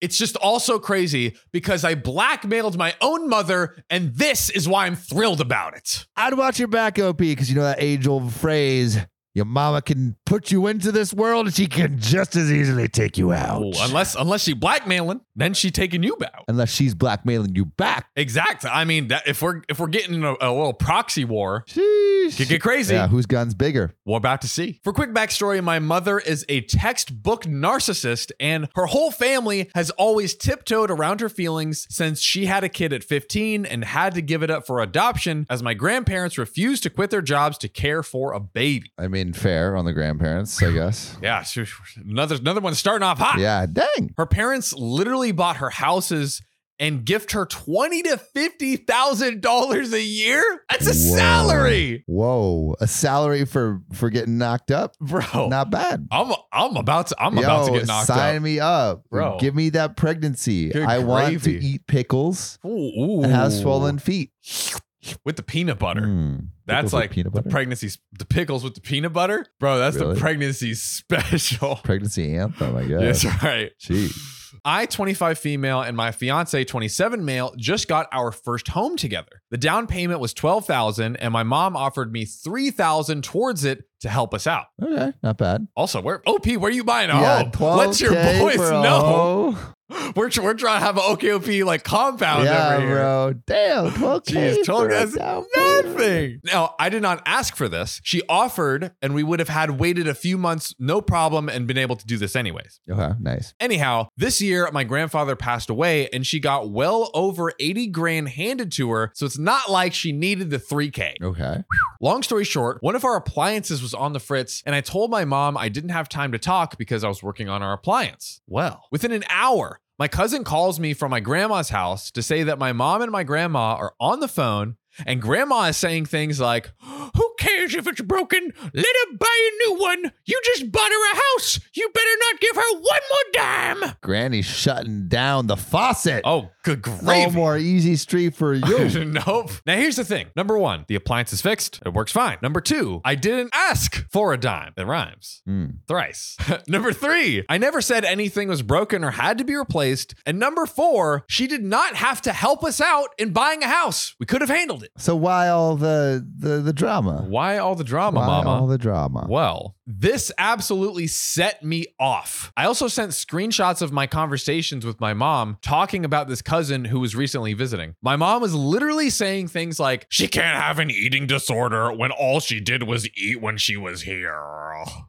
It's just also crazy because I blackmailed my own mother, and this is why I'm thrilled about it. I'd watch your back, OP, because you know that age old phrase your mama can put you into this world and she can just as easily take you out. Ooh, unless unless she blackmailing, then she taking you out. Unless she's blackmailing you back. Exact. I mean, that, if we're if we're getting a, a little proxy war, Sheesh. could get crazy. Yeah, whose gun's bigger? We're about to see. For quick backstory, my mother is a textbook narcissist, and her whole family has always tiptoed around her feelings since she had a kid at 15 and had to give it up for adoption as my grandparents refused to quit their jobs to care for a baby. I mean, fair on the grandparents, I guess. Yeah, she- another another one starting off hot. Yeah, dang. Her parents literally bought her houses and gift her twenty to fifty thousand dollars a year. That's a Whoa. salary, Whoa, a salary for for getting knocked up? bro. Not bad. I'm I'm about to Oh. I'm about to Yo, get knocked sign up. me up, Bro. Give me that pregnancy. Good I want to gravy. eat pickles Ooh, ooh. and have swollen feet. with the peanut butter. Mm. That's Pickles with like peanut the butter? pregnancy, the pickles with the peanut butter, bro. That's Really? the pregnancy special. pregnancy anthem. I guess. That's right. Jeez. I, 25 female, and my fiance, 27 male, just got our first home together. The down payment was 12,000, and my mom offered me 3,000 towards it to help us out. Okay, not bad. Also, where OP, where you buying a home? 12K Let your boys for a know. hoe. We're, tr- we're trying to have an OKOP like compound Yeah, over here. bro. Damn, twelve k. Jeez, told us nothing. Now, I did not ask for this. She offered, and we would have had waited a few months, no problem, and been able to do this anyways. Okay, nice. Anyhow, this year my grandfather passed away and she got well over 80 grand handed to her, so it's not like she needed the 3K. Okay. Long story short, one of our appliances was on the fritz, and I told my mom I didn't have time to talk because I was working on our appliance. Well, within an hour, my cousin calls me from my grandma's house to say that my mom and my grandma are on the phone, and grandma is saying things like, Who cares if it's broken? Let her buy a new one. You just bought her a house. You better not give her one more dime. Granny shutting down the faucet. Oh, good no gravy. more easy street for you. nope. Now here's the thing. Number one, the appliance is fixed. It works fine. Number two, I didn't ask for a dime. It rhymes. Mm. Thrice. number three, I never said anything was broken or had to be replaced. And number four, she did not have to help us out in buying a house. We could have handled it. So why all the the, the drama? Why all the drama, why mama? all the drama? Well, this absolutely set me off. I also sent screenshots of my conversations with my mom talking about this cousin who was recently visiting. My mom was literally saying things like, She can't have an eating disorder when all she did was eat when she was here.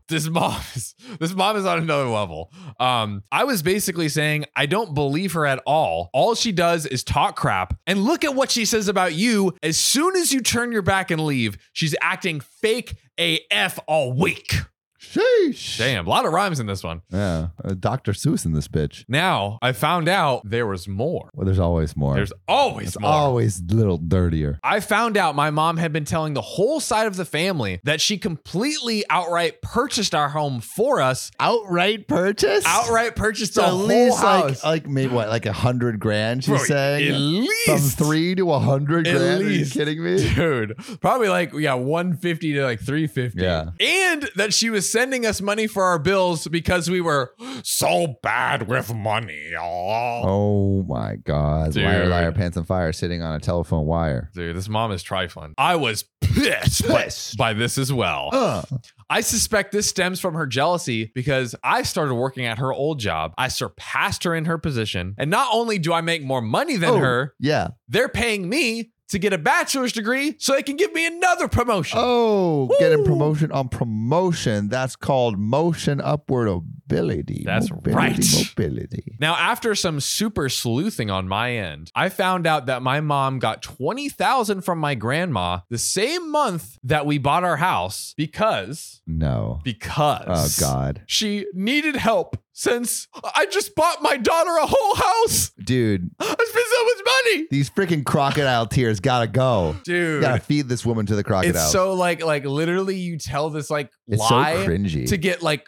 This mom is this mom is on another level. Um, I was basically saying, I don't believe her at all. All she does is talk crap. And look at what she says about you. As soon as you turn your back and leave, she's acting fake AF all week. Sheesh. Damn, a lot of rhymes in this one. Yeah, uh, Dr. Seuss in this bitch. Now I found out there was more. Well, there's always more. There's always it's more. always a little dirtier. I found out my mom had been telling the whole side of the family that she completely outright purchased our home for us. Outright purchase. Outright purchased the So at whole least house. like like maybe what like a hundred grand. She's Bro, saying at least from three to a hundred At grand. Are you least. kidding me? Dude, probably like yeah, 150 to like 350. Yeah. And that she was sending us money for our bills because we were so bad with money. Oh. Oh my god! Liar, Dude. liar, pants on fire, sitting on a telephone wire. Dude, this mom is trifling. I was pissed, by- Pissed. by this as well. Uh, I suspect this stems from her jealousy because I started working at her old job. I surpassed her in her position. And not only do I make more money than oh, her, Yeah. they're paying me to get a bachelor's degree so they can give me another promotion. Oh, getting Woo. promotion on promotion. That's called motion upward ability. That's mobility, right. Mobility. Now, after some super sleuthing on my end, I found out that my mom got 20,000 from my grandma the same month that we bought our house because No. Oh because god, she needed help since I just bought my daughter a whole house. dude. I spent so much money. These freaking crocodile tears gotta go. You Dude, gotta feed this woman to the crocodile. it's so like like literally you tell this like It's so lie cringy. to get like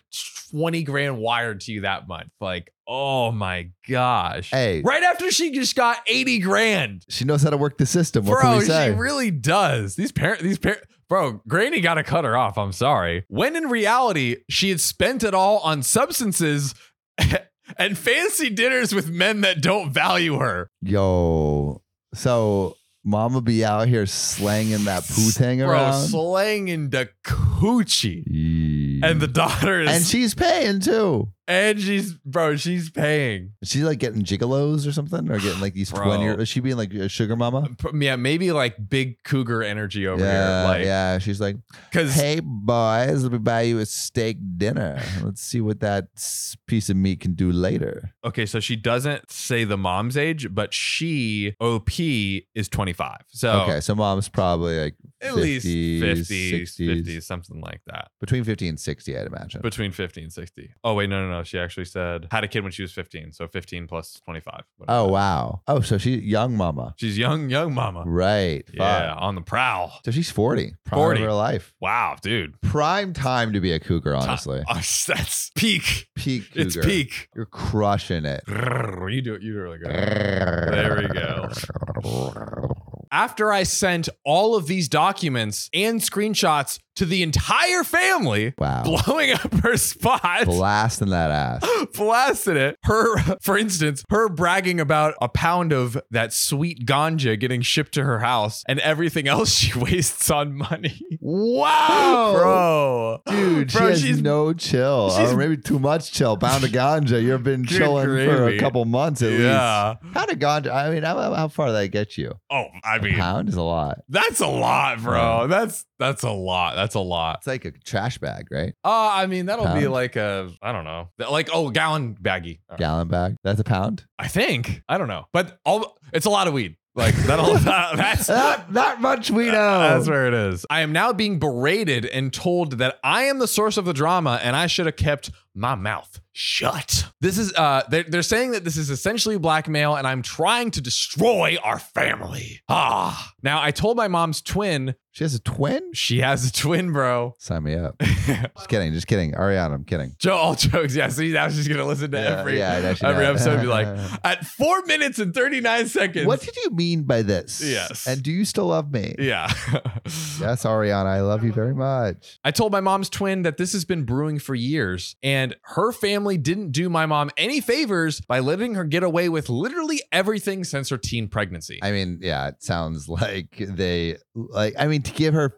20 grand wired to you that month. Like, oh my gosh. Hey. Right after she just got 80 grand. she knows how to work the system. What can Bro, we say? she really does. These parent these parent Bro, Granny got to cut her off. I'm sorry. When in reality, she had spent it all on substances and fancy dinners with men that don't value her. Yo, so mama be out here slanging that pooting Bro, around. slanging the coochie. Yeah. And the daughter is and she's paying too. and she's bro, she's paying. Is she like getting gigolos or something, or getting like these Bro. twenty? Is she being like a sugar mama? P- Yeah, maybe like big cougar energy over yeah, here. Like yeah. She's like, cause hey boys, let me buy you a steak dinner. Let's see what that s- piece of meat can do later. okay, so she doesn't say the mom's age, but she OP is 25. So Okay, so mom's probably like at least 50s, 50s, 60s. 50s, something like that. between fifty and sixty, I'd imagine. Between 50 and 60. Oh, wait, no, no, no. She actually said had a kid when she was 15. So 15 plus 25. whatever oh that is. wow. Oh, so she young mama, She's young, young mama. right? Fuck. Yeah, on the prowl. So she's forty. Prime 40. of her life. Wow, dude. Prime time to be a cougar. Honestly, Oh, that's peak. peak. Cougar. It's peak. You're crushing it. Grrr, You do it. You do it really good. There we go. After I sent all of these documents and screenshots to the entire family, Wow. blowing up her spot. Blasting that ass. blasted it. Her, for instance, her bragging about a pound of that sweet ganja getting shipped to her house and everything else she wastes on money. Wow. bro, Dude, she bro, has she's no chill. she's- or maybe too much chill. Pound of ganja. You've been Good chilling for gravy. a couple months at least. yeah. Pound of ganja. I mean, how, how- how far did that get you? Oh, I A mean, pound is a lot. that's a lot, bro. That's that's a lot. That's a lot. It's like a trash bag, right? Uh, I mean, that'll be Pound? like a I don't know, like oh, gallon baggie. Gallon bag. That's a pound. I think I don't know, but all it's a lot of weed. Like that'll that's Not, Ah, not much we know. Uh, That's where it is. I am now being berated and told that I am the source of the drama and I should have kept my mouth shut. This is uh they're, they're saying that this is essentially blackmail and I'm trying to destroy our family. Ah. Now I told my mom's twin, she has a twin? she has a twin, bro. Sign me up. just kidding. Just kidding. Ariana, I'm kidding. Joe all jokes. Yeah, see now she's gonna listen to Yeah, every yeah, I know she every does. episode and be like, at four minutes and 39 seconds. What did you mean by this? Yes. And do you still love me? yeah. Yes, Ariana, I love you very much. I told my mom's twin that this has been brewing for years, and her family didn't do my mom any favors by letting her get away with literally everything since her teen pregnancy. I mean, yeah, it sounds like they like I mean to give her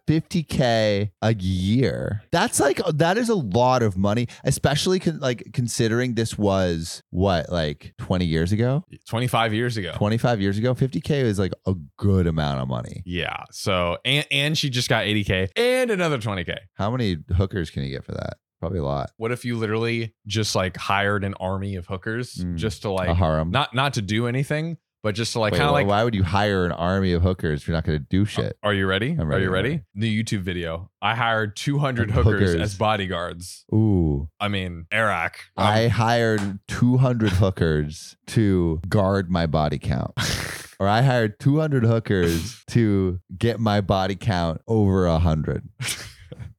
50k a year. That's like that is a lot of money, especially con- like considering this was what like 20 years ago, 25 years ago. 25 years ago. 50k is like a good amount of money. Yeah. So, and, and she just got 80K and another 20K. How many hookers can you get for that? Probably a lot. What if you literally just like hired an army of hookers Mm. just to a like, harem. not not to do anything, but just to like Wait, kind of wh- like, Uh, why would you hire an army of hookers if you're not going to do shit? are you ready? I'm Are ready, you I'm ready? ready. The YouTube video. I hired 200 And hookers, hookers. as bodyguards. Ooh. I mean, Iraq. I hired 200 hookers to guard my body count. or I hired 200 hookers to get my body count over 100,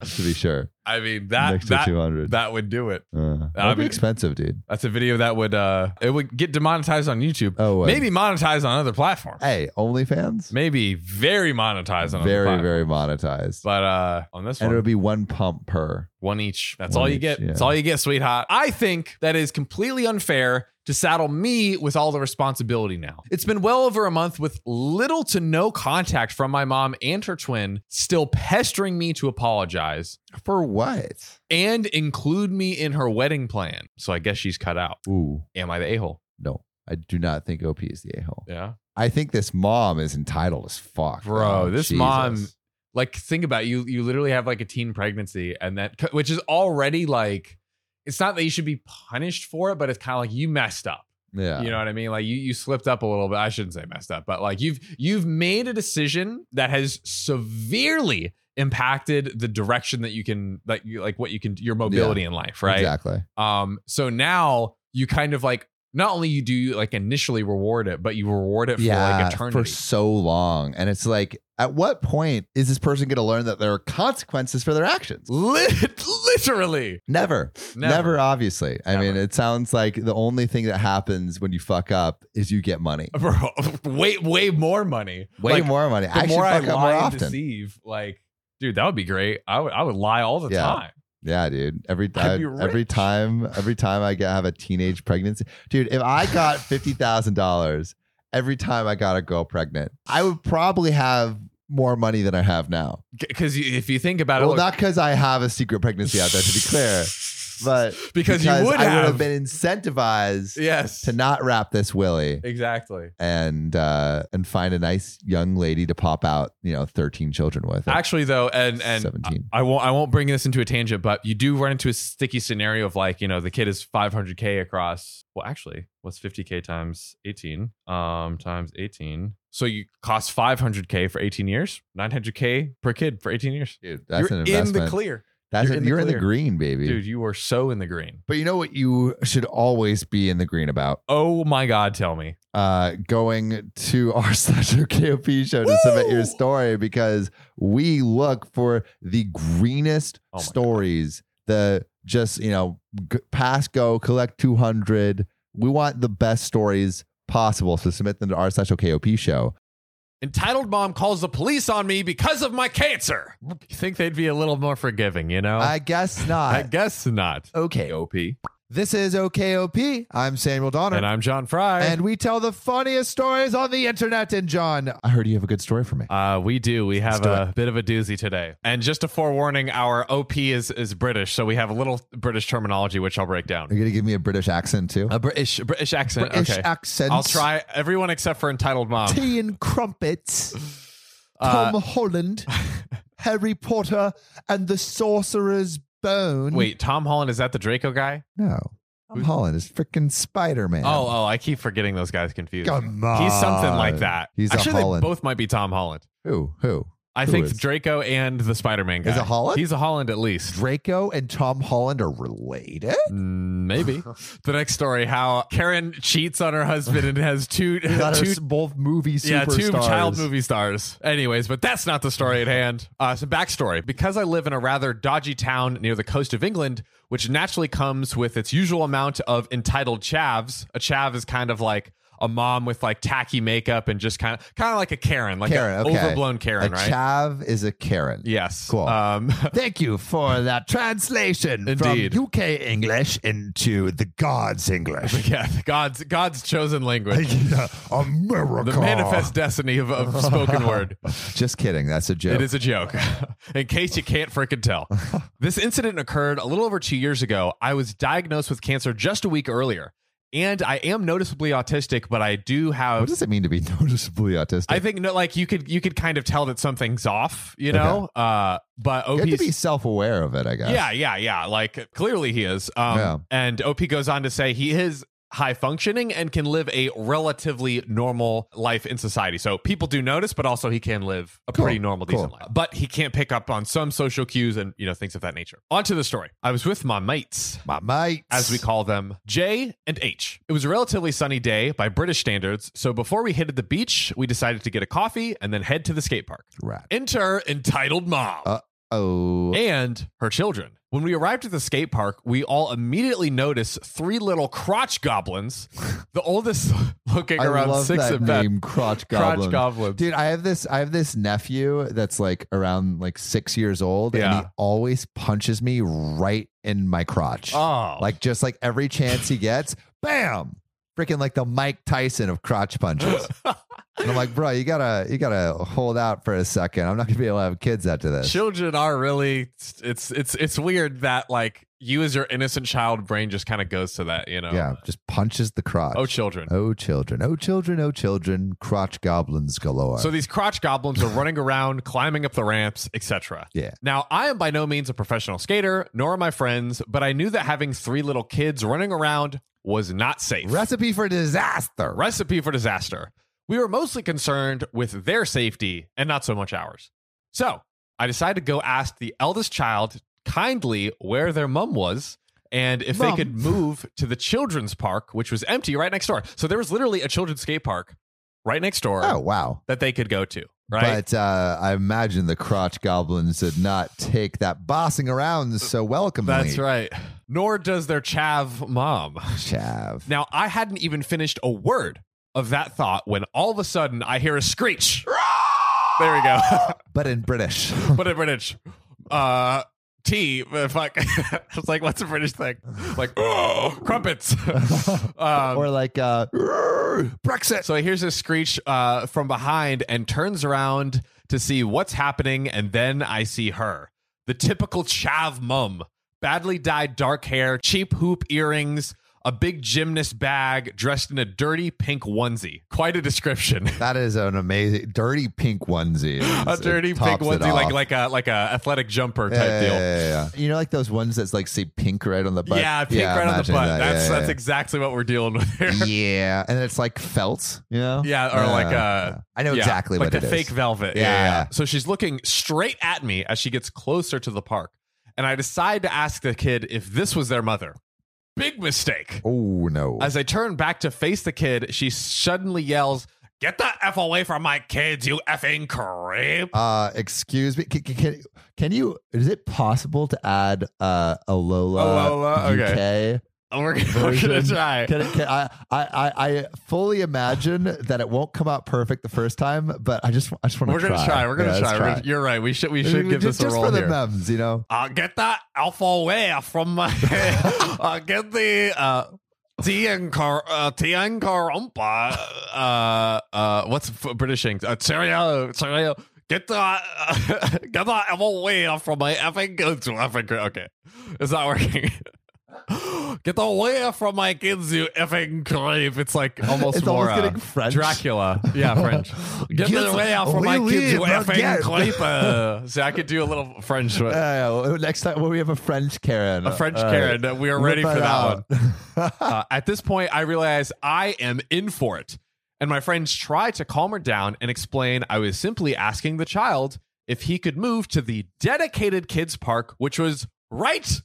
to be sure. I mean that next to that 200. that would do it. uh, I that'd be mean- expensive, dude. That's a video that would uh it would get demonetized on YouTube. Oh, wait. Maybe monetized on other platforms. Hey, OnlyFans? Maybe very monetized on other Very, platforms. very monetized. But uh on this And one, it'll be one pump per. one each. That's One all you each, get. That's yeah. all you get, sweetheart. I think that is completely unfair to saddle me with all the responsibility now. It's been well over a month with little to no contact from my mom and her twin, still pestering me to apologize For what? and include me in her wedding plan. So I guess she's cut out. Ooh, Am I the a hole? no. I do not think OP is the a hole. Yeah. I think this mom is entitled as fuck. Bro, though. this mom- like think about it, you you literally have like a teen pregnancy and that which is already like it's not that you should be punished for it but it's kind of like you messed up Yeah. you know what i mean like you you slipped up a little bit i shouldn't say messed up but like you've you've made a decision that has severely impacted the direction that you can like you like what you can your mobility in life right Exactly. um so now you kind of like not only you do you like initially reward it but you reward it for yeah, like eternity for so long, and it's like, at what point is this person going to learn that there are consequences for their actions? Lit- literally Never, never, obviously. I mean, Never. it sounds like the only thing that happens when you fuck up is you get money, bro way way more money way Like, more money. the I should more i fuck up more lie and often. deceive like dude that would be great i would i would lie all the Yeah. time Yeah, dude. Every I'd be time, every rich. time, every time I get have a teenage pregnancy, dude. If I got fifty thousand dollars every time I got a girl pregnant, I would probably have more money than I have now. Because if you think about it, Well, look- not because I have a secret pregnancy out there, to be clear, but because, you would I have, would have been incentivized yes, to not wrap this willy exactly. and uh, and find a nice young lady to pop out, you know, thirteen children with. at Actually, though, and uh, and seventeen. I won't I won't bring this into a tangent, but you do run into a sticky scenario of like, you know, the kid is 500k across. Well, actually, what's 50k times 18? Um times 18. So you cost 500k for 18 years, 900k per kid for 18 years. dude, that's you're an in investment. the clear. that's You're an- in the you're in clear. the green, baby. Dude, you are so in the green. But you know what you should always be in the green about? Oh my god, tell me. Uh, going to our slash OKOP show to submit your Woo! story because we look for the greenest Oh my God. stories. The just, you know, g- pass, go, collect 200. We want the best stories possible. So submit them to our slash OKOP show. Entitled mom calls the police on me because of my cancer. You think they'd be a little more forgiving, you know? I guess I not. guess not. OKOP. This is OKOP. I'm Samuel Donner. And I'm John Fry. and we tell the funniest stories on the internet. And John, I heard you have a good story for me. Uh, we do. We have do a bit of a doozy today. And just a forewarning, our OP is, is British, so we have a little British terminology, which I'll break Are down. you gonna give me a British accent too? A British British accent. British Uh, okay. accent. I'll try everyone except for entitled mom. Tea and crumpets. Uh, Tom Holland, Harry Potter, and the Sorcerer's Bone. wait, Tom Holland is that the Draco guy? no. Tom Who- Holland is freaking Spider Man. Oh, oh, I keep forgetting those guys confused. come on. He's something like that. He's Actually, a Holland. they both might be Tom Holland. who? Who? I Who think is? Draco and the Spider-Man guy. Is it Holland? He's a Holland at least. Draco and Tom Holland are related. Mm, Maybe the next story: how Karen cheats on her husband and has two I thought it two was both movie superstars. Yeah, two child movie stars. Anyways, but that's not the story at hand. Uh, some backstory. Because I live in a rather dodgy town near the coast of England, which naturally comes with its usual amount of entitled chavs. A chav is kind of like a mom with like tacky makeup and just kind of kind of like a Karen, like Karen, an okay. overblown Karen, a right? chav is a Karen. yes. Cool. Um, Thank you for that translation Indeed. from UK English into the gods English. yeah, God's God's chosen language. America. The manifest destiny of, of spoken word. Just kidding. That's a joke. It is a joke. In case you can't freaking tell. this incident occurred a little over two years ago. I was diagnosed with cancer just a week earlier. And I am noticeably autistic, but I do what have does it mean to be noticeably autistic? I think no, like you could you could kind of tell that something's off, you know? Uh but you OP's have to be self-aware of it, I guess. yeah, yeah, yeah. Like clearly he is. Um, Yeah. And OP goes on to say he is high functioning and can live a relatively normal life in society. So people do notice, but also he can live a Cool. pretty normal, decent Cool. life. But he can't pick up on some social cues and you know things of that nature. On to the story. I was with my mates My mate. as we call them, J and H. It was a relatively sunny day by British standards, so before we hit the beach, we decided to get a coffee and then head to the skate park. Right. Enter entitled mom Oh. and her children. When we arrived at the skate park, we all immediately noticed three little crotch goblins, the oldest looking I around love six that at best. name, Crotch Crotch Goblin. goblins. Dude, I have this I have this nephew that's like around like 6 years old and Yeah. he always punches me right in my crotch. Oh, Like just like every chance he gets, bam, freaking like the Mike Tyson of crotch punches. and I'm like, bro, you gotta you gotta hold out for a second. I'm not gonna be able to have kids after this. children are really. It's it's it's weird that like you as your innocent child brain just kind of goes to that, you know. Yeah, just punches the crotch. Oh, children. oh children, oh children, oh children, crotch goblins galore. So these crotch goblins are running around, climbing up the ramps, etc. Yeah. Now, I am by no means a professional skater, nor are my friends, but I knew that having three little kids running around was not safe. Recipe for disaster. recipe for disaster. We were mostly concerned with their safety and not so much ours. So I decided to go ask the eldest child kindly where their mum was and if Mum. they could move to the children's park, which was empty right next door. So there was literally a children's skate park right next door Oh wow. that they could go to, right? But uh, I imagine the crotch goblins did not take that bossing around so welcomely. That's right. Nor does their chav mom. Chav. Now, I hadn't even finished a word of that thought when all of a sudden I hear a screech. There we go. But in British. but in British. Uh, tea. But fuck, I was like, what's a British thing? Like, oh, crumpets. um, or like uh, Brexit. so he hears a screech uh, from behind and turns around to see what's happening, and then I see her. The typical chav mum. Badly dyed dark hair, cheap hoop earrings, a big gymnast bag, dressed in a dirty pink onesie. Quite a description. That is an amazing dirty pink onesie. a It's- it dirty pink tops it onesie, like off. like a like a athletic jumper type yeah, deal. yeah, yeah, yeah. You know, like those ones that's like say pink right on the butt. yeah, pink right on the imagine butt. that. that's yeah, that's exactly what we're dealing with here. yeah. yeah, and it's like felt. You know. Yeah, or like, uh, yeah. I know Yeah, exactly like what the it fake is. velvet. Yeah. Yeah. yeah. So she's looking straight at me as she gets closer to the park, and I decide to ask the kid if this was their mother. Big mistake. Oh no. As I turn back to face the kid, she suddenly yells, "Get the f away from my kids, you effing creep!" Uh, excuse me. Can, can, can you? Is it possible to add uh, a Lola Olola? UK? And we're, gonna- we're gonna Version. try. Can, it- can, I, I, I I fully imagine that it won't come out perfect the first time, but I just I just want to. We're gonna try. We're gonna yeah, try. let's We're gonna- You're right. We should we should give just, this a just roll for the here. memes, you know. uh, get the alpha away from my. uh, get the uh, Tian Kar uh, Tian Karumpa. Uh, uh, what's f- Britishing? Uh, cereal, cereal. Get the get the alpha away from my effing kids. you Effing, cre- okay, it's not working. Get the away from my kids, you effing creep. It's like almost it's more almost uh, getting French. Dracula. Yeah, French. Get, the away from my Oui, kids, you oui, effing baguette. creep. See, I could do a little French. with- Uh, next time, well, we have a French Karen. a French All right. Karen. uh, We are Whip ready for that one. out. Uh, at this point, I realize I am in for it. And my friends try to calm her down and explain I was simply asking the child if he could move to the dedicated kids park, which was right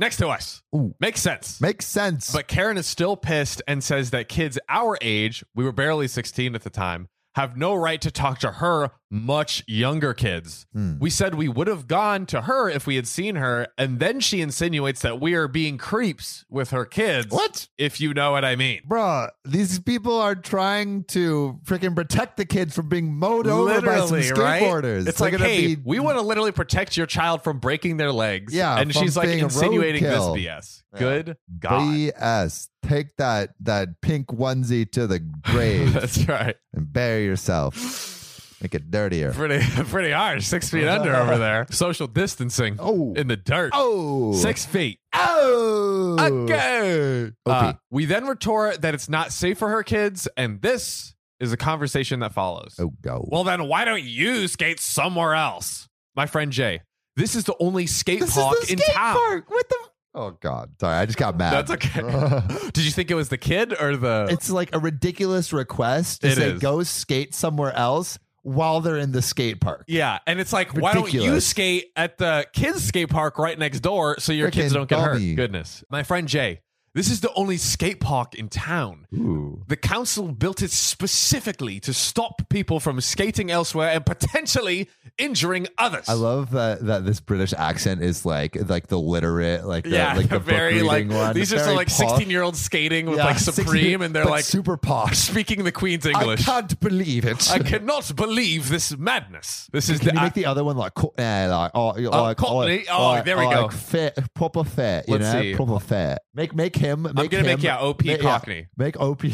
next to us. Ooh. Makes sense. Makes sense. But Karen is still pissed and says that kids our age, we were barely 16 at the time, have no right to talk to her much younger kids. Hmm. We said we would have gone to her if we had seen her, and then she insinuates that we are being creeps with her kids. What? If you know what I mean. Bruh, these people are trying to freaking protect the kids from being mowed over by some Literally, right? skateboarders. It's They're like, gonna hey, be- we want to literally protect your child from breaking their legs. Yeah, and from she's like being a insinuating this roadkill. BS. Yeah. Good God, BS. Take that that pink onesie to the grave that's right. and bury yourself. Make it dirtier. Pretty, pretty harsh. Six feet under over there. Social distancing Oh, in the dirt. oh, Six feet. oh. Okay. Uh, OP. we then retort that it's not safe for her kids, and this is a conversation that follows. Oh go. Well, then why don't you skate somewhere else? My friend Jay, this is the only skate this park is the in skate town. park. What the? Oh god. Sorry, I just got mad. That's okay. Did you think it was the kid or the? it's like a ridiculous request to It say is. go skate somewhere else while they're in the skate park. yeah, and it's like, why don't you Ridiculous. skate at the kids' skate park right next door so your kids Frickin' don't get dummy. hurt? Goodness, my friend Jay, this is the only skate park in town. Ooh. The council built it specifically to stop people from skating elsewhere and potentially injuring others. I love that that this British accent is like like the literate, like the, yeah, like the book very like reading one. these are Very some, like posh. sixteen year olds skating with Yeah, like 16 Supreme, and they're but like super posh. speaking the Queen's English. I can't believe it. I cannot believe this madness. This is Can the. you make the other one like, co- eh, like oh, you- Oh, like, Cockney. Oh, like- there we like go. Fit, proper fit, you Let's know, see. proper fit. Make make him. Make I'm gonna him, make yeah OP make- Cockney. Make OP.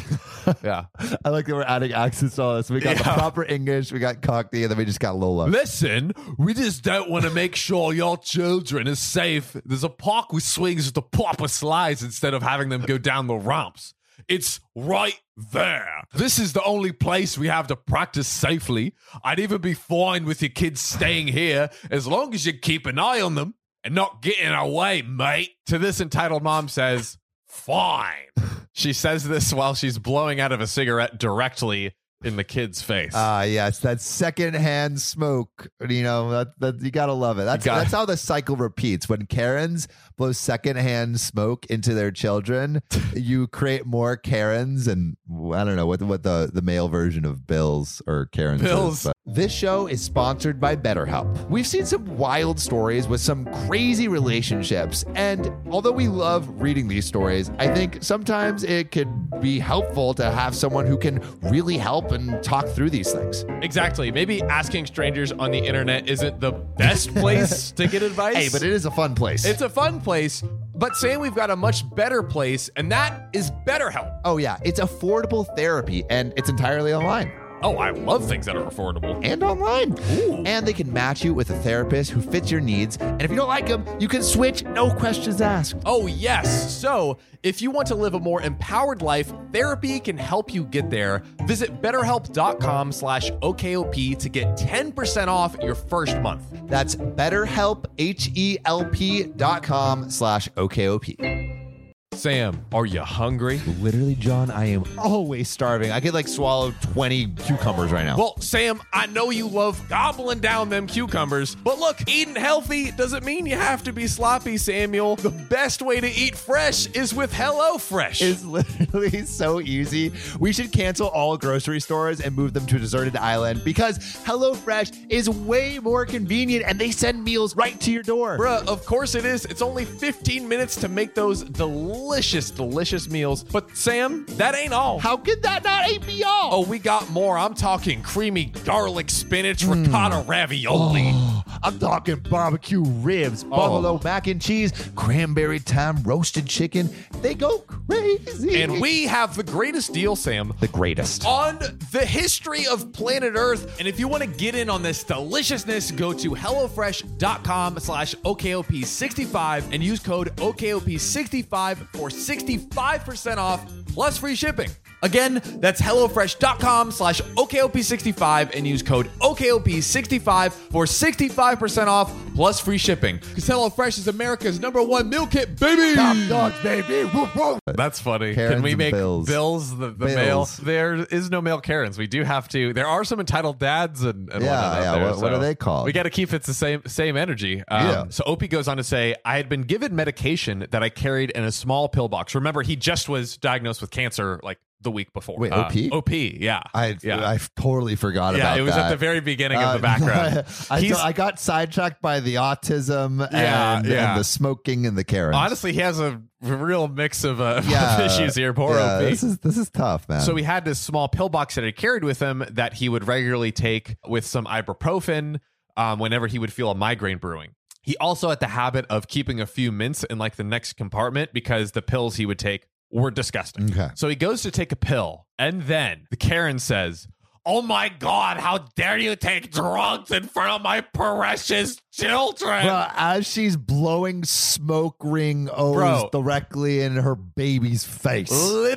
Yeah. I like that we're adding accents to all this. We got the Yeah. proper English, we got Cockney, and then we just got Lola. Listen, we just don't want to make sure your children are safe. There's a park with swings with the proper slides instead of having them go down the ramps. It's right there. This is the only place we have to practice safely. I'd even be fine with your kids staying here as long as you keep an eye on them and not getting away, mate. To this, entitled mom says, Fine. She says this while she's blowing out of a cigarette directly in the kid's face. Ah, yes, that secondhand smoke. You know, that, that you gotta love it. That's gotta- that's how the cycle repeats. When Karens blow secondhand smoke into their children, you create more Karens, and well, I don't know what what the the male version of Bills or Karens. is, Bills. but- This show is sponsored by BetterHelp. We've seen some wild stories with some crazy relationships, and although we love reading these stories, I think sometimes it could be helpful to have someone who can really help and talk through these things. Exactly. Maybe asking strangers on the internet isn't the best place to get advice. Hey, but it is a fun place. it's a fun place. But saying we've got a much better place, and that is BetterHelp. oh yeah, it's affordable therapy and it's entirely online Oh, I love things that are affordable. and online. Ooh. And they can match you with a therapist who fits your needs. And if you don't like them, you can switch, no questions asked. Oh, yes. So, if you want to live a more empowered life, therapy can help you get there. Visit betterhelp.com slash OKOP to get 10% off your first month. That's BetterHelp, H-E-L-P dot com slash O-K-O-P. Sam, are you hungry? Literally, John, I am always starving. I could like swallow 20 cucumbers right now. Well, Sam, I know you love gobbling down them cucumbers, but look, eating healthy doesn't mean you have to be sloppy, Samuel. The best way to eat fresh is with HelloFresh. is literally so easy. We should cancel all grocery stores and move them to a deserted island because HelloFresh is way more convenient and they send meals right to your door. Bruh, of course it is. It's only 15 minutes to make those delicious, delicious meals. But Sam, that ain't all. How could that not ain't be all? Oh, we got more. I'm talking creamy garlic spinach Hmm. ricotta ravioli. I'm talking barbecue ribs, Oh. buffalo mac and cheese, cranberry thyme roasted chicken. They go crazy. And we have the greatest deal, Sam, the greatest. on the history of planet Earth. And if you want to get in on this deliciousness, go to HelloFresh.com slash OKOP65 and use code OKOP65 for 65% off plus free shipping. Again, that's HelloFresh.com slash OKOP65 and use code OKOP65 for 65% off plus free shipping. Because HelloFresh is America's number one meal kit, baby! Top dogs, baby. Woo, woo. That's funny. Can Karens we and make bills, Bills. the, the male? Bills. There is no male Karens. We do have to. There are some entitled dads and, and Yeah, whatnot out yeah. there, What- what so are they called? We got to keep it the same same energy. Um, Yeah. So Opie goes on to say, I had been given medication that I carried in a small pill box. Remember, he just was diagnosed with cancer like the week before. Wait, Uh, OP? OP, yeah, I, yeah. I totally forgot yeah, about it was that. at the very beginning of Uh, the background. I, He's- I got sidetracked by the autism Yeah, and, yeah. and the smoking and the Karen. Honestly, he has a real mix of uh, Yeah. issues here. Poor OP. this is this is tough, man. So he had this small pill box that he carried with him that he would regularly take with some ibuprofen um, whenever he would feel a migraine brewing. He also had the habit of keeping a few mints in like the next compartment because the pills he would take were disgusting. okay. So he goes to take a pill, and then the Karen says, Oh my God, how dare you take drugs in front of my precious children? Well, as she's blowing smoke ring O's Bro. directly in her baby's face.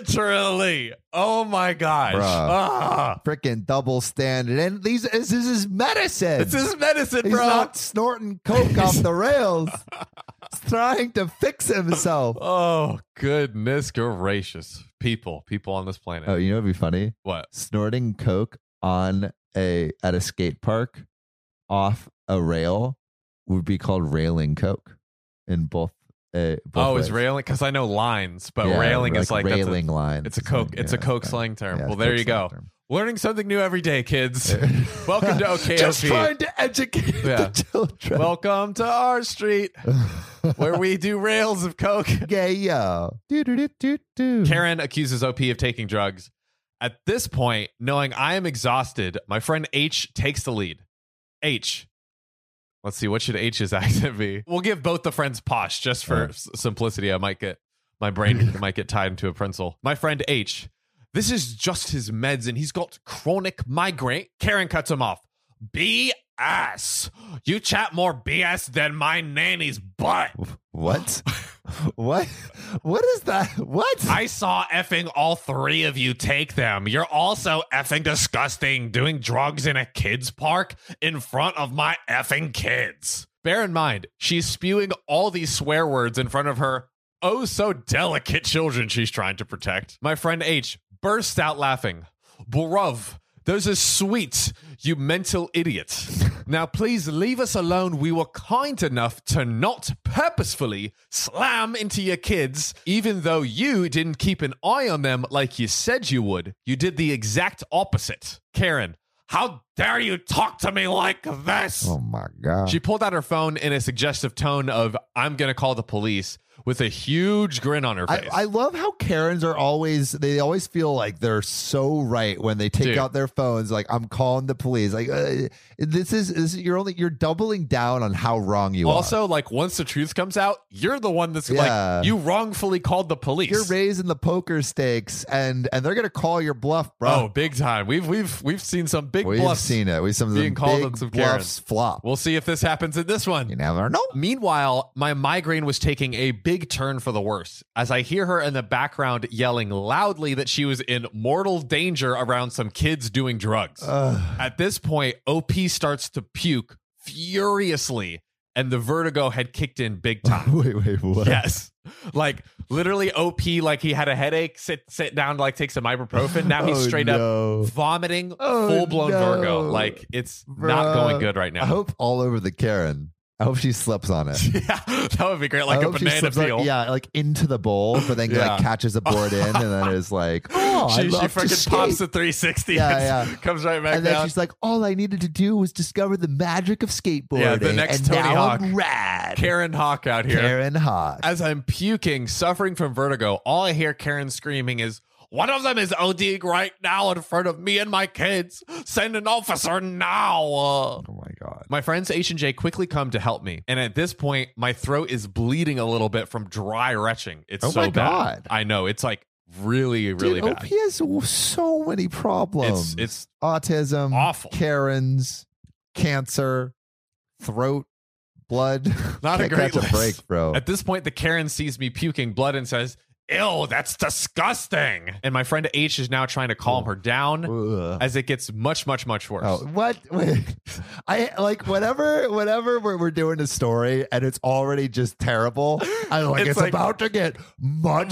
Literally. Oh my gosh. Bruh. Ah. Freaking double standard. And these this is his medicine. This is medicine, He's bro. not snorting coke off the rails. He's trying to fix himself. Oh goodness gracious! People, people on this planet. Oh, you know what'd be funny? What? snorting coke on a at a skate park off a rail would be called railing coke in both uh both oh, is ways. railing? Because I know lines, but Yeah, railing is like that's a- railing line it's a coke. It's a coke slang term. well, there you go. Learning something new every day, kids. Welcome to just OKOP. trying to educate Yeah. the children Welcome to our street, where we do rails of coke. gay yo Doo-doo-doo-doo-doo. Karen accuses OP of taking drugs. At this point, knowing I am exhausted, my friend H takes the lead. H. Let's see, what should H's accent be? We'll give both the friends posh just for Uh. s- simplicity. I might get my brain might get tied into a pencil. My friend H. This is just his meds and he's got chronic migraine. Karen cuts him off. BS. You chat more BS than my nanny's butt. what what what is that what I saw effing all three of you take them. You're also effing disgusting doing drugs in a kids' park in front of my effing kids. Bear in mind, she's spewing all these swear words in front of her oh so delicate children she's trying to protect. My friend H bursts out laughing. Borov, those are sweet, you mental idiot. now, please leave us alone. We were kind enough to not purposefully slam into your kids, even though you didn't keep an eye on them like you said you would. You did the exact opposite. Karen, how dare you talk to me like this? oh my god She pulled out her phone in a suggestive tone of, I'm going to call the police, with a huge grin on her I, face. I love how Karens are always they always feel like they're so right when they take Dude. out their phones like I'm calling the police like uh, this is this is, you're only you're doubling down on how wrong you are. also, like once the truth comes out, you're the one that's Yeah. like you wrongfully called the police. You're raising the poker stakes and and they're gonna call your bluff, bro. Oh, big time. We've we've we've seen some big We've bluffs. seen it. We've seen some being called big on some bluffs flop. We'll see if this happens in this one. you never know. Meanwhile, my migraine was taking a big turn for the worse as I hear her in the background yelling loudly that she was in mortal danger around some kids doing drugs. Ugh. At this point, OP starts to puke furiously, and the vertigo had kicked in big time. wait, wait, what? yes. Like literally OP, like he had a headache, sit sit down, like take some ibuprofen. Now he's Oh, straight up no. vomiting, Oh, full blown no. vertigo. Like it's not Bruh. going good right now. I hope all over the Karen. I hope she slips on it. yeah, that would be great. Like I a hope she banana slips on- peel. yeah, like into the bowl, but then Yeah. like catches a board in, and then is like, oh, I she she love to freaking skate." pops a 360 Yeah, and comes right back And then down. she's like, all I needed to do was discover the magic of skateboarding. Yeah, the next and Tony now Hawk. I'm rad. Karen Hawk out here. Karen Hawk. As I'm puking, suffering from vertigo, all I hear Karen screaming is, one of them is ODing right now in front of me and my kids. Send an officer now. Uh, oh my God. My friends H and J quickly come to help me, and at this point, my throat is bleeding a little bit from dry retching. It's Oh so my bad. God. I know it's like really, really Dude, bad. OP has w- so many problems. It's it's autism, awful. Karen's, cancer, throat, blood. Not a Can't great catch a list. break, bro. At this point, the Karen sees me puking blood and says, Ew, that's disgusting. And my friend H is now trying to calm her down Ugh. as it gets much, much, much worse. Oh, what? Wait. I like whenever whenever we're, we're doing a story and it's already just terrible. I'm like, It's it's, like- about to get Oh. much,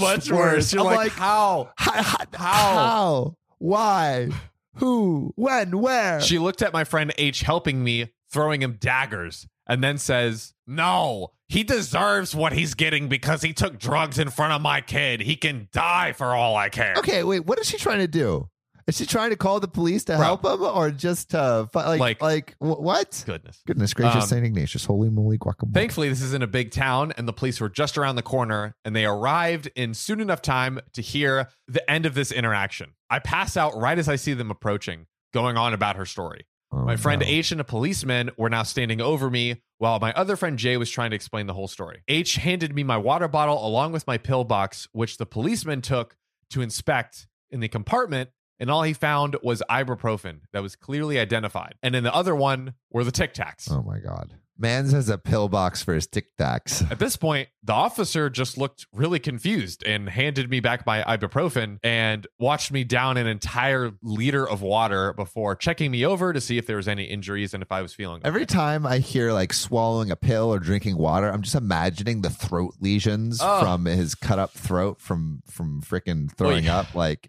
much worse. worse. You're I'm like, how? how, how, how? why, who, when, where? She looked at my friend H helping me, throwing him daggers, and then says, No, he deserves what he's getting because he took drugs in front of my kid. He can die for all I care. okay, wait. What is she trying to do? Is she trying to call the police to Bro. help him or just to fi- like Like- like, wh- what? Goodness. Goodness gracious, Um, Saint Ignatius, holy moly, guacamole! Thankfully, this is in a big town, and the police were just around the corner, and they arrived in soon enough time to hear the end of this interaction. I pass out right as I see them approaching, going on about her story. Oh, My friend no. H and a policeman were now standing over me, while my other friend Jay was trying to explain the whole story. H handed me my water bottle along with my pill box, which the policeman took to inspect in the compartment, and all he found was ibuprofen that was clearly identified. And in the other one were the Tic Tacs. Oh my god, man's has a pillbox for his Tic Tacs. At this point, the officer just looked really confused and handed me back my ibuprofen and watched me down an entire liter of water before checking me over to see if there was any injuries and if I was feeling. Every time I hear like swallowing a pill or drinking water, I'm just imagining the throat lesions Oh. from his cut up throat from from freaking throwing yeah. up. Like,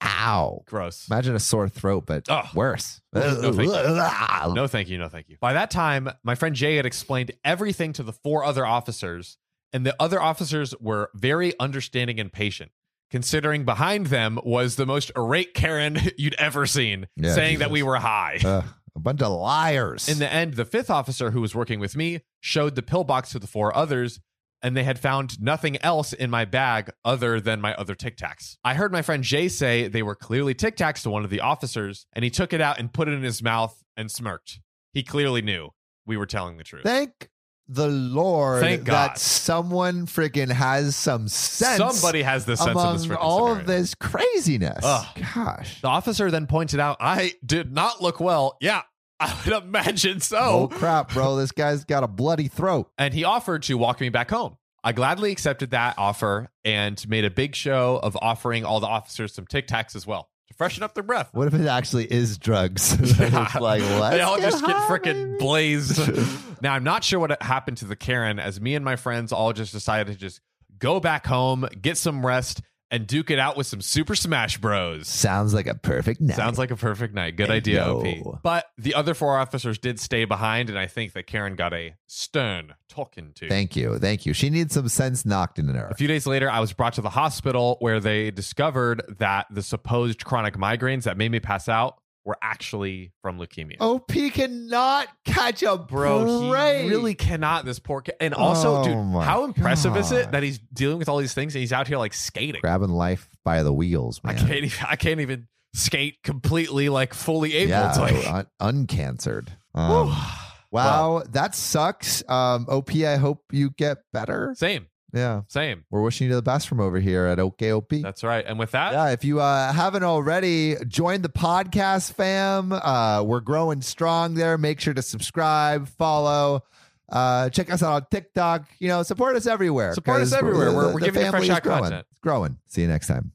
ow! gross. Imagine a sore throat, but Oh. worse. No, thank No, thank you. No, thank you. By that time, my friend Jay had explained everything to the four other officers, and the other officers were very understanding and patient, considering behind them was the most irate Karen you'd ever seen, Yeah, saying that Jesus. we were high. Ugh, a bunch of liars. In the end, the fifth officer who was working with me showed the pillbox to the four others, and they had found nothing else in my bag other than my other Tic Tacs. I heard my friend Jay say they were clearly Tic Tacs to one of the officers, and he took it out and put it in his mouth and smirked. He clearly knew we were telling the truth. thank the Lord Thank God. that someone freaking has some sense. Somebody has this sense of among this freaking all scenario. of this craziness. Ugh. Oh. Gosh. The officer then pointed out I did not look well. Yeah, I would imagine so. oh crap, bro! This guy's got a bloody throat. and he offered to walk me back home. I gladly accepted that offer and made a big show of offering all the officers some Tic Tacs as well to freshen up their breath. What if it actually is drugs? It's like, they "Let's all get just get high, freaking baby." blazed. now I'm not sure what happened to the Karen, as me and my friends all just decided to just go back home, get some rest, and duke it out with some Super Smash Bros. Sounds like a perfect night. Sounds like a perfect night. Good Hey, idea, yo. OP. But the other four officers did stay behind, and I think that Karen got a stern talking to. Thank you, thank you. She needs some sense knocked into her. A few days later, I was brought to the hospital where they discovered that the supposed chronic migraines that made me pass out were actually from leukemia. OP Oh, cannot catch a Bro, break. he really cannot. This poor kid. And also, Oh dude, my how impressive is it God. that he's dealing with all these things and he's out here like skating? grabbing life by the wheels, I man. can't even. I can't even skate completely like fully able. yeah, It's like, un- uncancered. whew. Um, wow, that sucks. Um, OP, I hope you get better. same, Yeah, same. we're wishing you the best from over here at OKOP. That's right. And with that, Yeah, if you uh, haven't already, join the podcast fam. Uh, we're growing strong there. Make sure to subscribe, follow, uh, check us out on TikTok. You know, support us everywhere. Support us 'cause everywhere. We're- we're giving you family fresh is out growing. content. It's growing. See you next time.